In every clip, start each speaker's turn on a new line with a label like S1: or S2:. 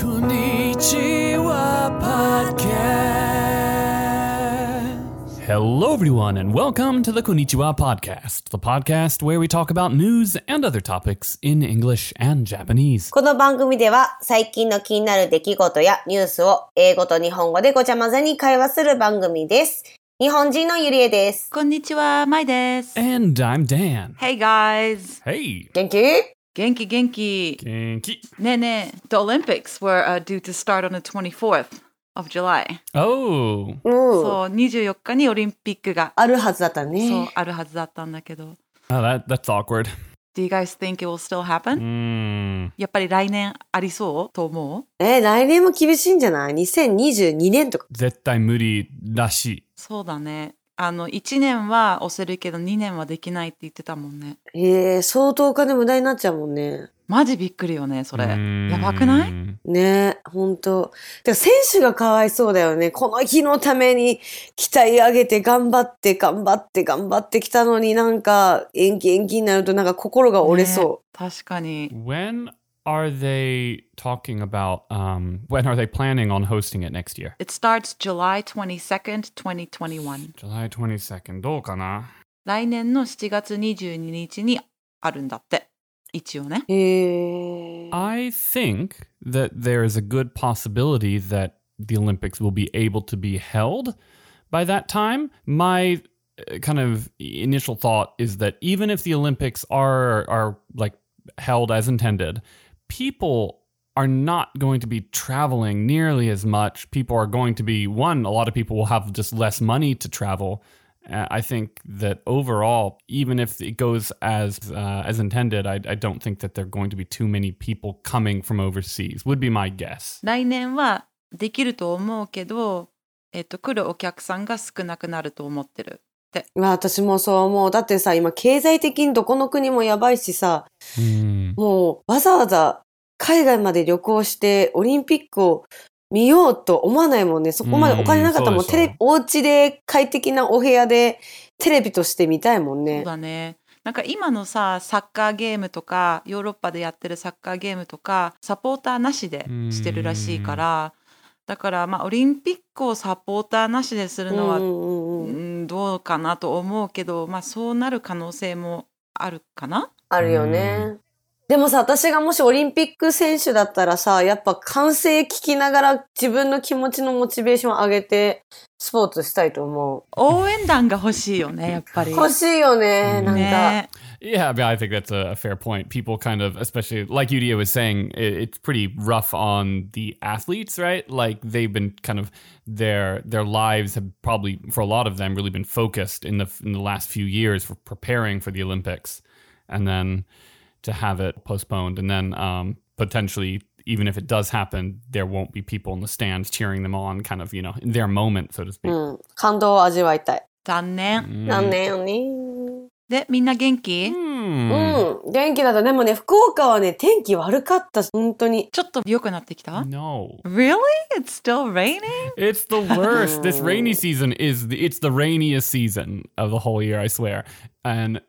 S1: こんにちは、podcast. Hello, everyone, and welcome to the Konnichiwa Podcast, the podcast where we talk about news and other topics in English and Japanese.
S2: この番組では最近の気になる出来事やニュースを英語と日本語でごちゃ混ぜに会話する番組です。日本人のゆりえです。
S3: こんにちは、まいです。
S1: And I'm Dan.
S3: Hey guys!
S1: Hey,
S2: 元気
S3: 元気元気
S1: Kinky.
S3: ねえねえ、The Olympics were、uh, due to start on the 24th of July.
S1: Oh,
S2: うん。
S3: そう、24日にオリンピックが、
S2: あるはずだった
S3: そう
S2: ね。
S3: あるはずだったんだけど。
S1: oh that, that's awkward.
S3: Do you guys think it will still happen?、
S1: Mm.
S3: やっぱり来年ありそうと思う
S2: えー、来年も厳しいんじゃない ?2022 年とか。
S1: 絶対無理らしい。
S3: そうだね。あの、1年は押せるけど2年はできないって言ってたもんね。
S2: えー、相当お金無駄になっちゃうもんね。
S3: マジびっくりよね、それ。
S1: Hmm.
S3: やばくない
S2: ねえ、ほんと。てか選手がかわいそうだよね。この日のために鍛え上げて頑張って頑張って頑張ってきたのになんか延期延期になるとなんか心が折れそう。
S3: ね確かに。
S1: When are they talking about? Um, when are they planning on hosting it next year?
S3: It starts July 22nd, 2021.
S1: July 22nd. どうかな
S3: 来年の7月22日にあるんだって一応ね
S2: へえ。
S1: I think that there is a good possibility that the Olympics will be able to be held by that time. My uh, kind of initial thought is that even if the Olympics are are like held as intended, people are not going to be traveling nearly as much. People are going to be one. A lot of people will have just less money to travel. Uh, I think that overall, even if it goes as uh, as intended, I, I don't think that there are going to be too many people coming from overseas. Would be my guess.
S3: 来年はできると思うけど、えっと、来るお客さんが少なくなると思ってる
S2: まあ私もそう思う。だってさ、今経済的にどこの国もやばいしさ、もうわざわざ海外まで旅行してオリンピックを見ようと思わないもんね。そこまでお金なかったら
S1: うん
S2: もうテレ
S1: そうでしょ
S2: ビ、お家で快適なお部屋でテレビとして見たいもん
S3: そう
S2: ね。
S3: だねなんか今のさサッカーゲームとかヨーロッパでやってるサッカーゲームとかサポーターなしでしてるらしいからだからまあオリンピックをサポーターなしでするのは、
S2: うんうんうん
S3: うんどうかなと思うけど、まあ、そうなる可能性もあるかな
S2: あるよ
S1: う
S2: ね。でもさ、私がもしオリンピック選手だったらさ、やっぱ歓声聞きながら自分の気持ちのモチベーションを上げてスポーツしたいと思う。
S3: 応援団が欲しいよねやっぱり。
S2: 欲しいよね、なんか。
S3: ね
S1: Yeah, but I think that's a, a fair point. People kind of, especially like Yudia was saying, it, it's pretty rough on the athletes, right? Like they've been kind of their their lives have probably for a lot of them really been focused in the in the last few years for preparing for the Olympics, and then to have it postponed, and then um, potentially even if it does happen, there won't be people in the stands cheering them on, kind of you know in their moment, so to speak.
S2: うん。感動を味わいたい。
S3: 残念。
S1: Mm.
S2: なんねよね。
S3: でみんな元気、
S1: Hmm.
S2: うん。元気だった。でもね、福岡はね、天気悪かった。本当に。
S3: ちょっと良くなってきた
S1: No.
S3: Really? It's still raining?
S1: It's the worst. this rainy season is the, it's the rainiest season of the whole year, I swear. And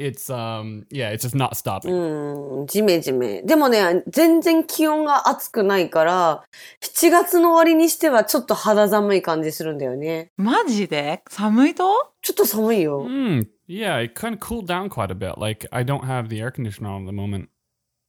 S1: it's um yeah, it's just not
S2: う
S1: stopping.
S2: ん。ジメジメ。でもね、全然気温が暑くないから、7月の終わりにしてはちょっと肌寒い感じするんだよね。
S3: マジで寒いと
S2: ちょっと寒いよ。
S1: Mm, yeah, it kind of cooled down quite a bit. Like I don't have the air conditioner on at the moment,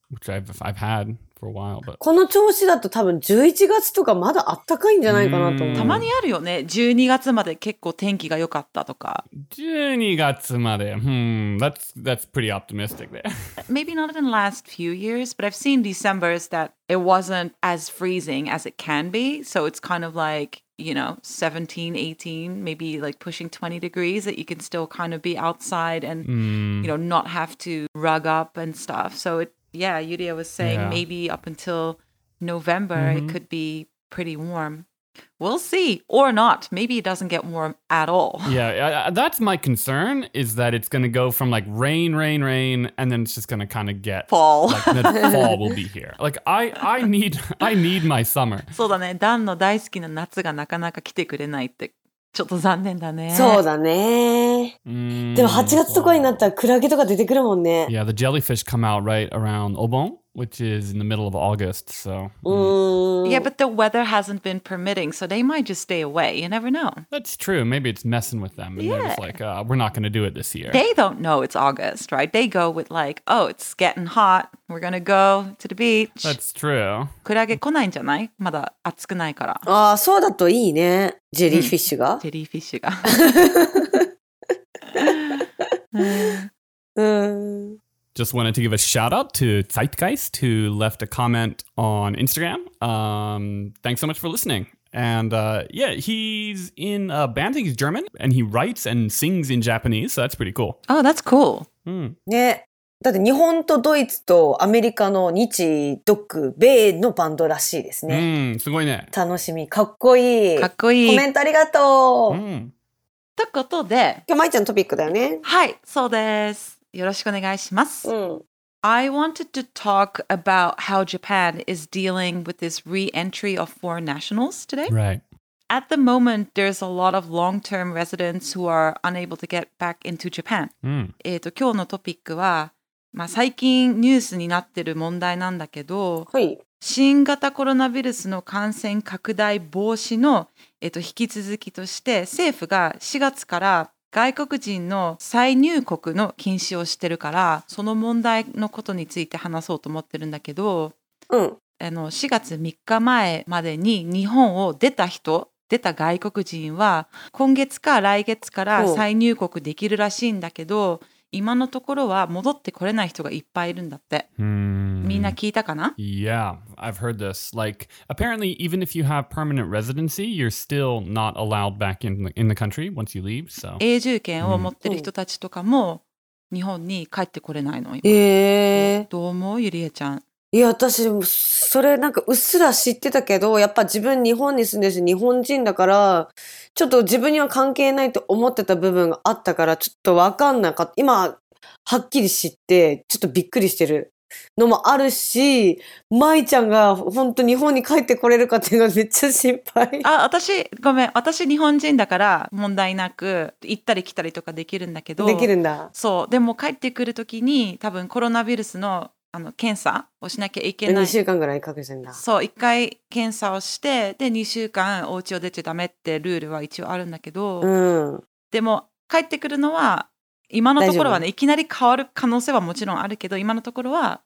S1: which I've I've had for a while, but
S2: この調子だと多分11月とかまだあったかいんじゃないかなと思
S1: う
S2: う。
S1: ん
S3: たまにあるよね12月まで結構天気が良かったとか
S1: 12月まで. Hmm, that's that's pretty optimistic there.
S3: Maybe not in the last few years but I've seen Decembers that it wasn't as freezing as it can be so it's kind of like you know 17 18 maybe like pushing 20 degrees that you can still kind of be outside and
S1: Hmm.
S3: you know, not have to rug up and stuff. So it, yeah, Yuria was saying
S1: Yeah.
S3: maybe up until November
S1: Mhm.
S3: it could be pretty warm. We'll see, or not. Maybe it doesn't get warm at all.
S1: Yeah, I, I, that's my concern is that it's going to go from like rain, rain, rain, and then it's just going to kind of get
S3: Fall.
S1: like the fall will be here. Like I, I need, I need my summer.
S3: そうだね。ダンの大好きな夏がなかなか来てくれないって、ちょっと残念だね。
S2: そうだね。
S1: Mm,
S2: でも8月とかになったらクラゲとか出てくるもんね。
S1: Yeah, the jellyfish come out right around Obon, which is in the middle of August. So mm,
S2: Mm.
S3: Yeah, but the weather hasn't been permitting, so they might just stay away. You never know.
S1: that's true. Maybe it's messing with them, and they're just
S3: Yeah.
S1: like, uh, "We're not going to do it this year."
S3: They don't know it's August, right? They go with like, oh, it's getting hot. We're gonna go to the beach.
S1: that's true.
S3: クラゲ来ないんじゃないまだ暑くないから。
S2: ああ、そうだといいね。ジェリーフィッシュが
S3: ジ。ェリーフィ ッシュが。
S2: うん。
S1: Just wanted to give a shout out to Zeitgeist who left a comment on Instagram. Um, thanks so much for listening. And uh, yeah, he's in a band. I think he's German, and he writes and sings in Japanese. So that's pretty cool.
S3: oh, that's cool.
S1: Hmm.
S2: ね。だって日本とドイツとアメリカの日独米のバンドらしいですね。
S1: Mm, すごいね。
S2: 楽しみ。かっこいい。
S3: か
S2: コ
S3: っこいい。
S2: メントありがとう。今
S1: Mm.
S3: ということで、
S2: 日、まいちゃんのトピックだよね。
S3: はい、そうです。よろしくお願いします。
S2: うん。
S3: I wanted to talk about how Japan is dealing with this re entry of foreign nationals today.
S1: Right.
S3: At the moment, there's a lot of long term residents who are unable to get back into Japan.
S1: Mm.
S3: えー、と今日のトピックは、まあ、最近ニュースになってる問題なんだけど
S2: はい。
S3: 新型コロナウイルスの感染拡大防止の、えー、と引き続きとして政府が4月から外国人の再入国の禁止をしてるからその問題のことについて話そうと思ってるんだけど
S2: うん。
S3: あの4月3日前までに日本を出た人出た外国人は今月か来月から
S2: おう
S3: 再入国できるらしいんだけど今のところは戻ってこれない人がいっぱいいるんだって、
S1: Mm.
S3: みんな聞いたかな
S1: Yeah, I've heard this. Like, apparently, even if you have permanent residency, you're still not allowed back in the, in the country once you leave. So,
S3: 永住権を持ってる人たちとかも日本に帰ってこれないのよ、
S2: ええ。
S3: どう思うゆりえちゃん
S2: いや、私、それなんかうっすら知ってたけど、やっぱ自分日本に住んでるし、日本人だから、ちょっと自分には関係ないと思ってた部分があったから、ちょっとわかんなかった。今、はっきり知って、ちょっとびっくりしてるのもあるし、舞ちゃんが本当日本に帰ってこれるかっていうのがめっちゃ心配。
S3: あ私ごめん私日本人だから問題なく行ったり来たりとかできるんだけど
S2: できるんだ。
S3: そうでも帰ってくる時に多分コロナウイルスのあの検査をしなきゃいけな
S2: 2
S3: い
S2: 週間ぐらい隠してんだ。
S3: そう1回検査をしてで2週間お家を出ちゃダメってルールは一応あるんだけど、
S2: うん。
S3: でも帰ってくるのは今のところは
S2: 大
S3: ねいきなり変わる可能性はもちろんあるけど今のところは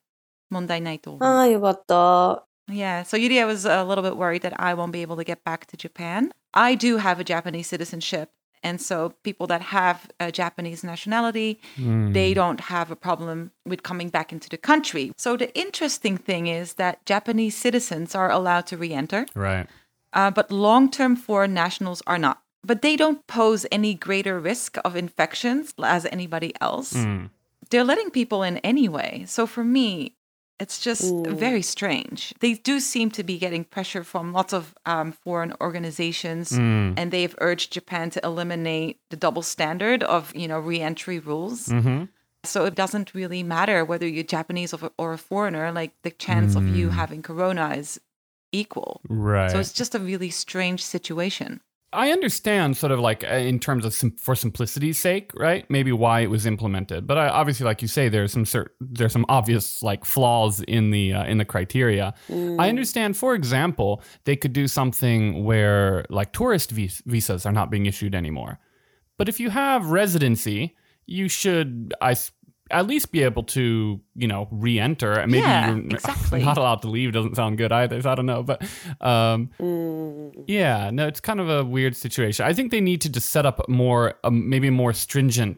S3: 問題ないと思う。
S2: ああ、よかった。
S3: Yeah, so Yuria was a little bit worried that I won't be able to get back to Japan. I do have a Japanese citizenship, and so people that have a Japanese nationality
S1: Mm.
S3: they don't have a problem with coming back into the country. So the interesting thing is that Japanese citizens are allowed to re-enter,
S1: right.
S3: uh, but long-term foreign nationals are not. But they don't pose any greater risk of infections as anybody else.
S1: Mm.
S3: They're letting people in anyway. So for me, it's just
S2: Mm.
S3: very strange. They do seem to be getting pressure from lots of um, foreign organizations
S1: Mm.
S3: and they've urged Japan to eliminate the double standard of, you know, re-entry rules.
S1: hmm
S3: So it doesn't really matter whether you're Japanese or, or a foreigner, like the chance of you having corona is equal.
S1: Mm. Right.
S3: So it's just a really strange situation.
S1: I understand, sort of like uh, in terms of sim- for simplicity's sake, right? Maybe why it was implemented, but I, obviously, like you say, there's some cer- there's some obvious like flaws in the uh, in the criteria.
S3: Mm.
S1: I understand. For example, they could do something where like tourist vis- visas are not being issued anymore, but if you have residency, you should I. s- At least be able to, you know, re-enter. And Maybe
S3: Yeah,
S1: you're
S3: exactly.
S1: not allowed to leave. Doesn't sound good either. So I don't know, but um,
S2: うん。
S1: yeah, no, it's kind of a weird situation. I think they need to just set up more, um, maybe a more stringent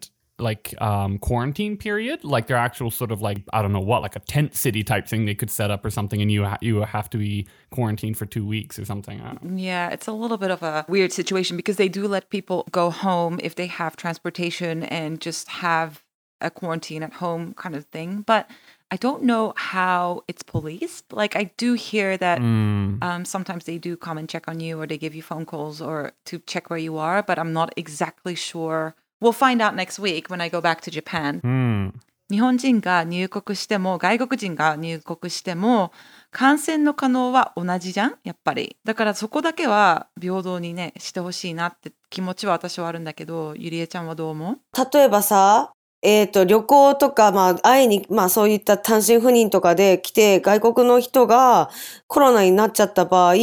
S1: like um, quarantine period, like their actual sort of like I don't know what, like a tent city type thing they could set up or something, and you ha- you have to be quarantined for two weeks or something. I don't know.
S3: Yeah, it's a little bit of a weird situation because they do let people go home if they have transportation and just have a quarantine at home kind of thing. But I don't know how it's policed. Like, I do hear that
S1: Mm.
S3: Um, sometimes they do come and check on you, or they give you phone calls, or to check where you are. But I'm not exactly sure. We'll find out next week when I go back to Japan. 日本人が入国しても外国人が入国しても感染の可能は同じじゃんやっぱりだからそこだけは平等にねしてほしいなって気持ちは私はあるんだけどゆりえちゃんはどう思う
S2: 例えばさ、えっ、と、旅行とか、まあ、会いに、まあ、そういった単身赴任とかで来て、外国の人がコロナになっちゃった場合、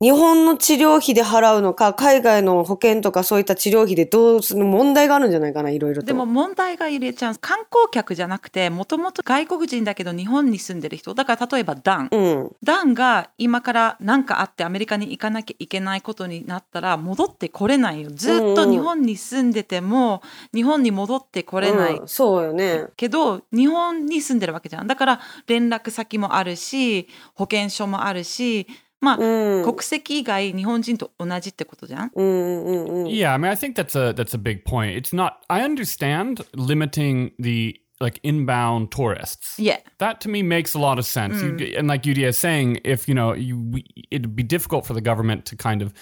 S2: 日本の治療費で払うのか、海外の保険とかそういった治療費でどうする問題があるんじゃないかな、いろいろと。
S3: でも問題が入れちゃう観光客じゃなくてもともと外国人だけど日本に住んでる人だから例えばダン
S2: うん。
S3: ダンが今から何かあってアメリカに行かなきゃいけないことになったら戻ってこれないよずっと日本に住んでても日本に戻ってこれない
S2: うんそうよね。
S3: けど日本に住んでるわけじゃんだから連絡先もあるし保険証もあるしまあ、
S2: うん。
S3: 国籍以外日本人と同じってことじゃん
S2: うんうんうんうん。
S1: Yeah, I mean, I think that's a that's a big point. It's not. I understand limiting the like inbound tourists.
S3: いえ、
S1: That to me makes a lot of sense. You d and like Yudi is saying, if you know, you we, it'd be difficult for the government to kind of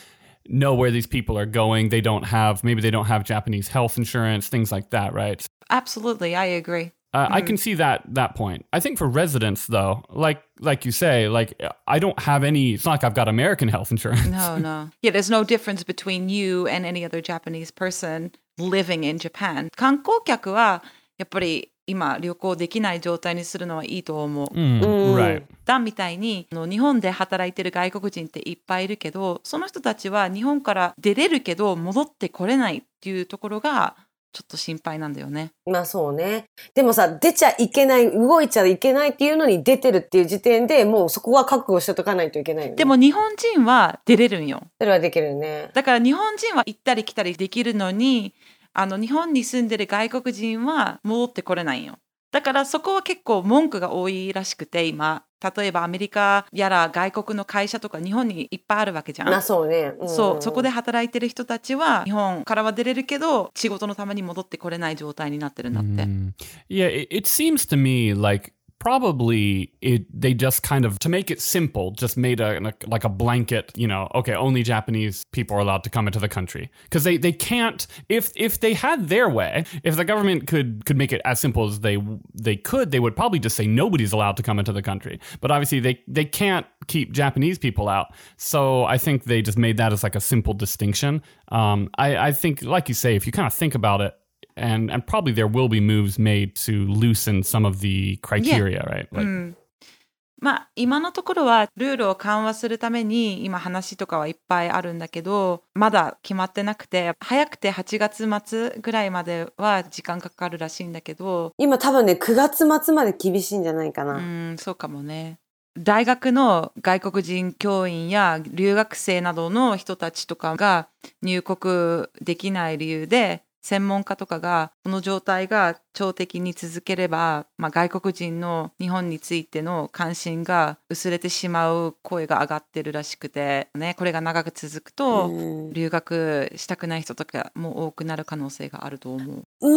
S1: know where these people are going. They don't have maybe they don't have Japanese health insurance, things like that, right?
S3: absolutely I agree
S1: Uh, I can see that that point. I think for residents though, like like you say, like I don't have any. It's not like I've got American health insurance.
S3: No, no. Yeah, there's no difference between you and any other Japanese person living in Japan. 観光客はやっぱり今旅行できない状態にするのはいいと思う。
S1: Mm,
S2: Mm.
S1: Right.
S3: ダンみたいにあの日本で働いてる外国人っていっぱいいるけどその人たちは日本から出れるけど戻ってこれないっていうところがちょっと心配なんだよね。
S2: まあそうね。でもさ、出ちゃいけない、動いちゃいけないっていうのに出てるっていう時点でもうそこは覚悟しとかないといけないよね。
S3: で、も日本人は出れるんよ。
S2: それはできるよね。
S3: だから日本人は行ったり来たりできるのにあの日本に住んでる外国人は戻ってこれないよだからそこは結構文句が多いらしくて今例えばアメリカやら外国の会社とか日本にいっぱいあるわけじゃん、
S2: まあそうね。んんん
S3: そうそこで。働いてる人たちは日本からは出れるけど仕事のために戻ってこれない状態になってるんだって、
S1: Mm. Yeah, it, it seems to me like probably it they just kind of to make it simple just made a, an- a like a blanket you know okay only japanese people are allowed to come into the country because they they can't if if they had their way if the government could could make it as simple as they they could they would probably just say nobody's allowed to come into the country but obviously they they can't keep japanese people out so i think they just made that as like a simple distinction um i i think like you say if you kind of think about it and and probably there will be moves made to loosen some of the criteria, right?
S3: う
S1: Like,
S3: んまあ今のところはルールを緩和するために今話とかはいっぱいあるんだけどまだ決まってなくて早くて8月末ぐらいまでは時間かかるらしいんだけど
S2: 今多分ね、9月末まで厳しいんじゃないか
S3: う
S2: な。
S3: んそうかもね大学の外国人教員や留学生などの人たちとかが入国できない理由で専門家とかがこの状態が長期的に続ければ、まあ、外国人の日本についての関心が薄れてしまう声が上がってるらしくて、ね、これが長く続く
S2: う
S3: と
S2: ん
S3: 留学したくない人とかも多くなる可能性があると思う。
S2: う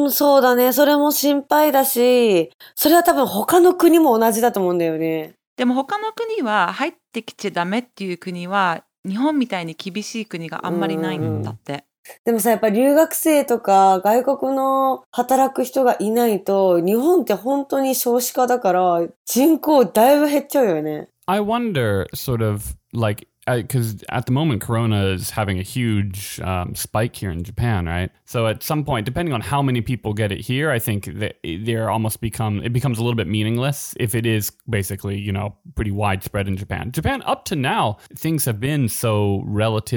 S2: ん、うん、そうだね。それも心配だし、それは多分他の国も同じだと思うんだよね。
S3: でも他の国は入ってきちゃダメっていう国は日本みたいに厳しい国があんまりないんだって。
S2: でもさ、やっぱ留学生とか外国の働く人がいないと、日本って本当に少子化だから、人口だいぶ減っちゃうよね。
S1: I wonder, sort of like, because at the moment Corona is having a huge um, spike here in Japan, right? So at some point, depending on how many people get it here, I think that it- they're almost become it becomes a little bit meaningless if it is basically you know pretty widespread in Japan. Japan up to now things have been so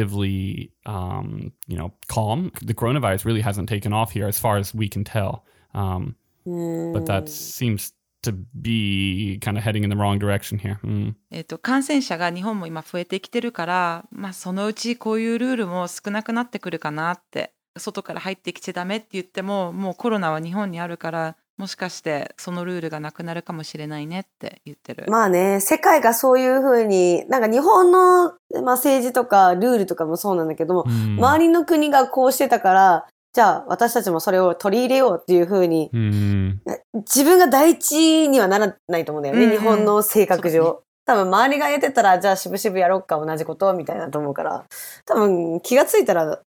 S1: relatively um, you know calm. The coronavirus really hasn't taken off here as far as we can tell. Um,
S2: うん。
S1: but that seems to be kind of heading in the wrong direction here. Mm.
S3: えっと感染者が日本も今増えてきてるから、まあ、そのうちこういうルールも少なくなってくるかなって外から入ってきちゃダメって言ってももうコロナは日本にあるからもしかしてそのルールがなくなるかもしれないねって言ってる。
S2: まあね、世界がそういうふうに、なんか日本の、まあ、政治とかルールとかもそうなんだけども、
S1: Mm.
S2: 周りの国がこうしてたから、じゃあ私たちもそれを取り入れようっていうふうに、
S1: Mm.
S2: 自分が第一にはならないと思うんだよね、
S3: うんうん
S2: 日本の性格上。
S3: そう
S2: 多分周りがやってたら、じゃあ渋々やろっか、同じこと、みたいなと思うから、多分気がついたら、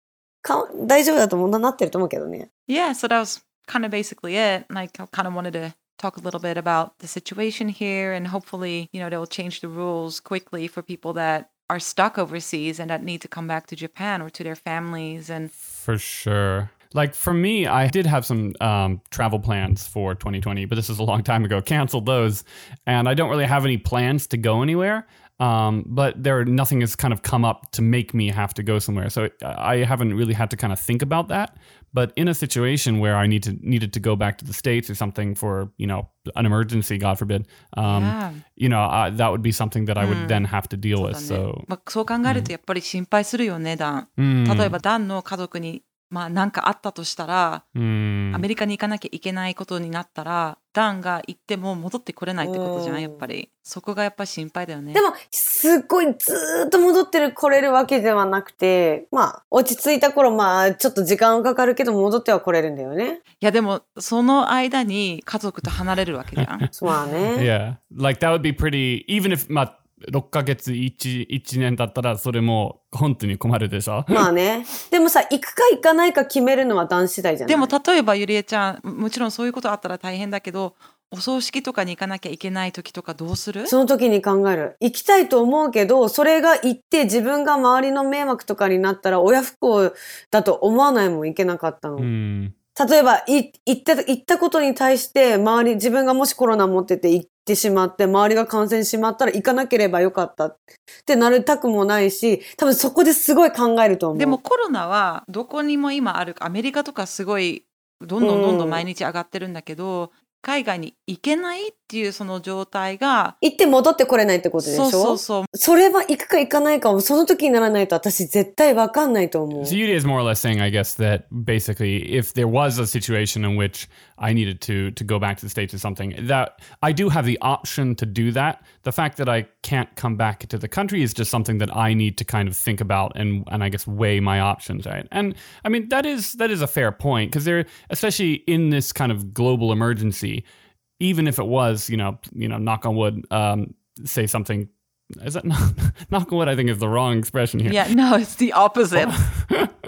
S2: か大丈夫だと問題になってると思うけどね。
S3: Yeah, so that was kind of basically it. Like, I kind of wanted to talk a little bit about the situation here, and hopefully, you know, they'll change the rules quickly for people that are stuck overseas and that need to come back to Japan or to their families. And
S1: For sure. Like for me, I did have some um, travel plans for 2020, but this is a long time ago. Canceled those, and I don't really have any plans to go anywhere. Um, but there, nothing has kind of come up to make me have to go somewhere. So I I haven't really had to kind of think about that. But in a situation where I need to needed to go back to the states or something for you know an emergency, God forbid, um,
S3: Yeah.
S1: you know I, that would be something that I would then have to deal with.
S3: そうだね
S1: So mm. Hmm.
S3: まあ、そう考えるとやっぱり心配するよね、ダン。例えば、ダンの家族に、まあ、なんかあったとしたら、
S1: うん
S3: アメリカに行かなきゃいけないことになったら、ダンが行っても戻ってこれないってことじゃ
S2: うん
S3: ん、やっぱり。そこがやっぱり心配だよね。
S2: でも、すっごいずーっと戻ってる、来れるわけではなくて、まあ、落ち着いた頃、まあ、ちょっと時間はかかるけど、戻っては来れるんだよね。
S3: いや、でも、その間に家族と離れるわけじ ゃん。
S2: そうだ ね。
S1: Yeah, like that would be pretty. Even if まあ6ヶ月 1, 1年だったらそれも本当に困るでしょ。
S2: まあね。でもさ、行くか行かないか決めるのは男子次第じゃない
S3: でも、例えば、ゆりえちゃん、もちろんそういうことあったら大変だけど、お葬式とかに行かなきゃいけない時とかどうする
S2: その時に考える。行きたいと思うけど、それが行って自分が周りの迷惑とかになったら親不幸だと思わないもん行けなかったの。
S1: うん。
S2: 例えば、い行った、行ったことに対して周り、自分がもしコロナ持ってて行ってしまって、周りが感染してしまったら行かなければよかったってなりたくもないし、多分そこですごい考えると思う。
S3: でも、コロナはどこにも今あるアメリカとかすごいどんどんどんどん毎日上がってるんだけど、海外に行けないっていうその状態が
S2: 行って戻ってこれないってことでしょ
S3: そうそうそう
S2: それは行くか行かないかをその時にならないと私絶対わかんないと思う。
S1: So Yuri is more or less saying, I guess, that basically, if there was a situation in which I needed to to go back to the states or something, that I do have the option to do that. The fact that I can't come back to the country is just something that I need to kind of think about and and I guess weigh my options, right? And I mean that is that is a fair point because there, especially in this kind of global emergency, even if it was, you know, you know, knock on wood, um, say something. Is that knock, knock on wood? I think is the wrong expression here.
S3: いや no it's the opposite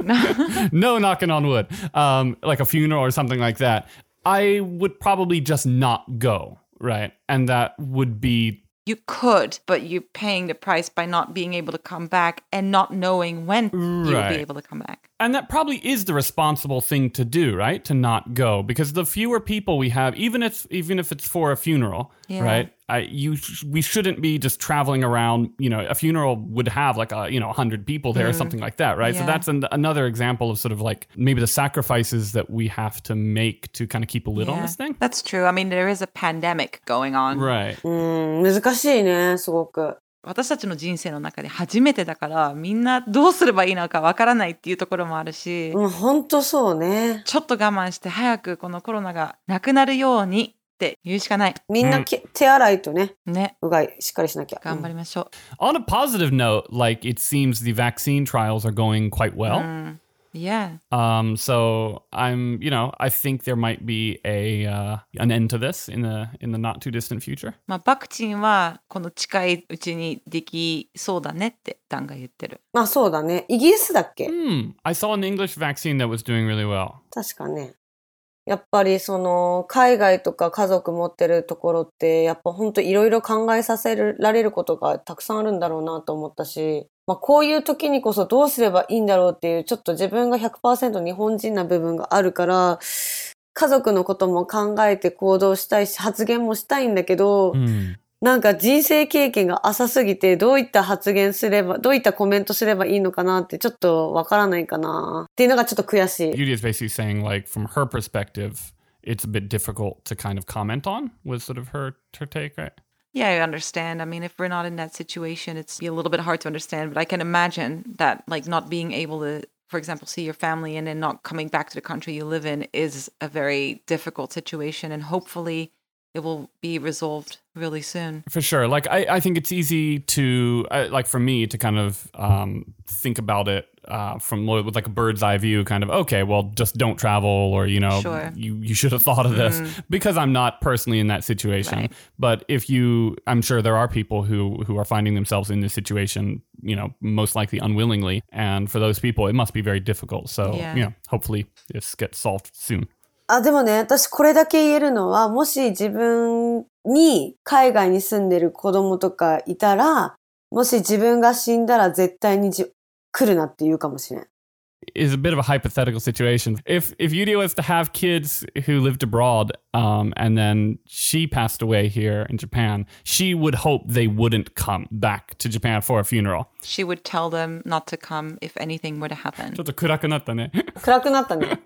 S1: no knocking on wood, um, like a funeral or something like that, I would probably just not go, right? And that would be
S3: you could but you're paying the price by not being able to come back and not knowing when you'll
S1: Right.
S3: be able to come back
S1: and that probably is the responsible thing to do, right? To not go because the fewer people we have, even if even if it's for a funeral,
S3: Yeah.
S1: right? I, you sh- we shouldn't be just traveling around. You know, a funeral would have like a you know hundred people there or something like that, right? So
S3: Mm-hmm. Yeah.
S1: that's an, another example of sort of like maybe the sacrifices that we have to make to kind of keep a lid on
S3: Yeah.
S1: this thing,
S3: that's true I mean there is a pandemic going on、
S1: right?
S2: うん、難しいね、すごく。
S3: 私たちの人生の中で初めてだからみんなどうすればいいのかわからないっていうところもあるし、
S2: うん、ほんとそうね。
S3: ちょっと我慢して早くこのコロナがなくなるようにって言うしかない。
S2: みんなけ、手洗いとね、
S3: ね。
S2: うがいしっかりしなきゃ。
S3: 頑張りましょ
S1: On a positive note, like it seems the vaccine trials are going quite
S3: う。
S1: well.
S3: うん。Yeah.
S1: Um, so I'm, you know, I think there might be a uh, an end to this in the in the not too distant future.
S3: まあ、ワクチンはこの近いうちにできそうだねってダンが言ってる。
S2: まあそうだね。イギリスだっけ、
S1: Hmm. I saw an English vaccine that was doing really well.
S2: 確かね。やっぱりその海外とか家族持ってるところってやっぱほんといろいろ考えさせられることがたくさんあるんだろうなと思ったし、まあこういう時にこそどうすればいいんだろうっていうちょっと自分が100%日本人な部分があるから、家族のことも考えて行動したいし発言もしたいんだけど、
S1: Hmm.
S2: なんか人生経験が浅すぎて、どういった発言すれば、どういったコメントすればいいのかなって、ちょっとわからないかなっていうのがちょっと悔しい。
S1: Beauty is basically saying, like, from her perspective, it's a bit difficult to kind of comment on. Was sort of her her take, right?
S3: Yeah, I understand. I mean, if we're not in that situation, it's be a little bit hard to understand, but I can imagine that like not being able to for example, see your family and then not coming back to the country you live in is a very difficult situation and hopefully it will be resolved really soon.
S1: for sure like i, I think it's easy to uh, like for me to kind of um, think about it uh, from lo- with like a bird's eye view kind of okay well just don't travel or you know
S3: Sure. Mm.
S1: you, you should have thought of this because i'm not personally in that situation
S3: Right.
S1: but if you i'm sure there are people who who are finding themselves in this situation you know most likely unwillingly and for those people it must be very difficult so
S3: Yeah.
S1: you know hopefully this gets solved soon
S2: あ、でもね、私これだけ言えるのは、もし自分に海外に住んでる子供とかいたら、もし自分が死んだら絶対にじ来るなって言うかもしれん。
S1: is a bit of a hypothetical situation. If if Yudia was to have kids who lived abroad, um, and then she passed away here in Japan, she would hope they wouldn't come back to Japan for a funeral.
S3: She would tell them not to come if anything were to happen.
S1: ちょっと暗くなったね。
S2: 暗くなったね。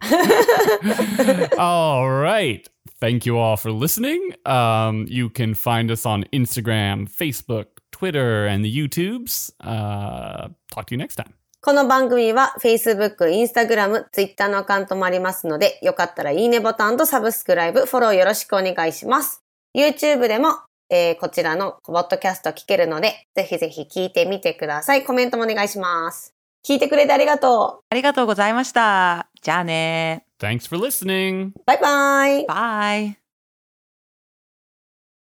S1: all right. Thank you all for listening. Um, you can find us on Instagram, Facebook, Twitter, and the YouTubes. Uh, talk to you next time.
S2: この番組は Facebook、Instagram、Twitter のアカウントもありますので、よかったらいいねボタンとサブスクライブ、フォローよろしくお願いします。YouTube でも、えーこちらのポッドキャスト聞けるので、ぜひぜひ聞いてみてください。コメントもお願いします。聞いてくれてありがと
S3: ありがとうございました。じゃあね。
S1: Thanks for listening.
S2: う。バイバイ。
S3: バイ。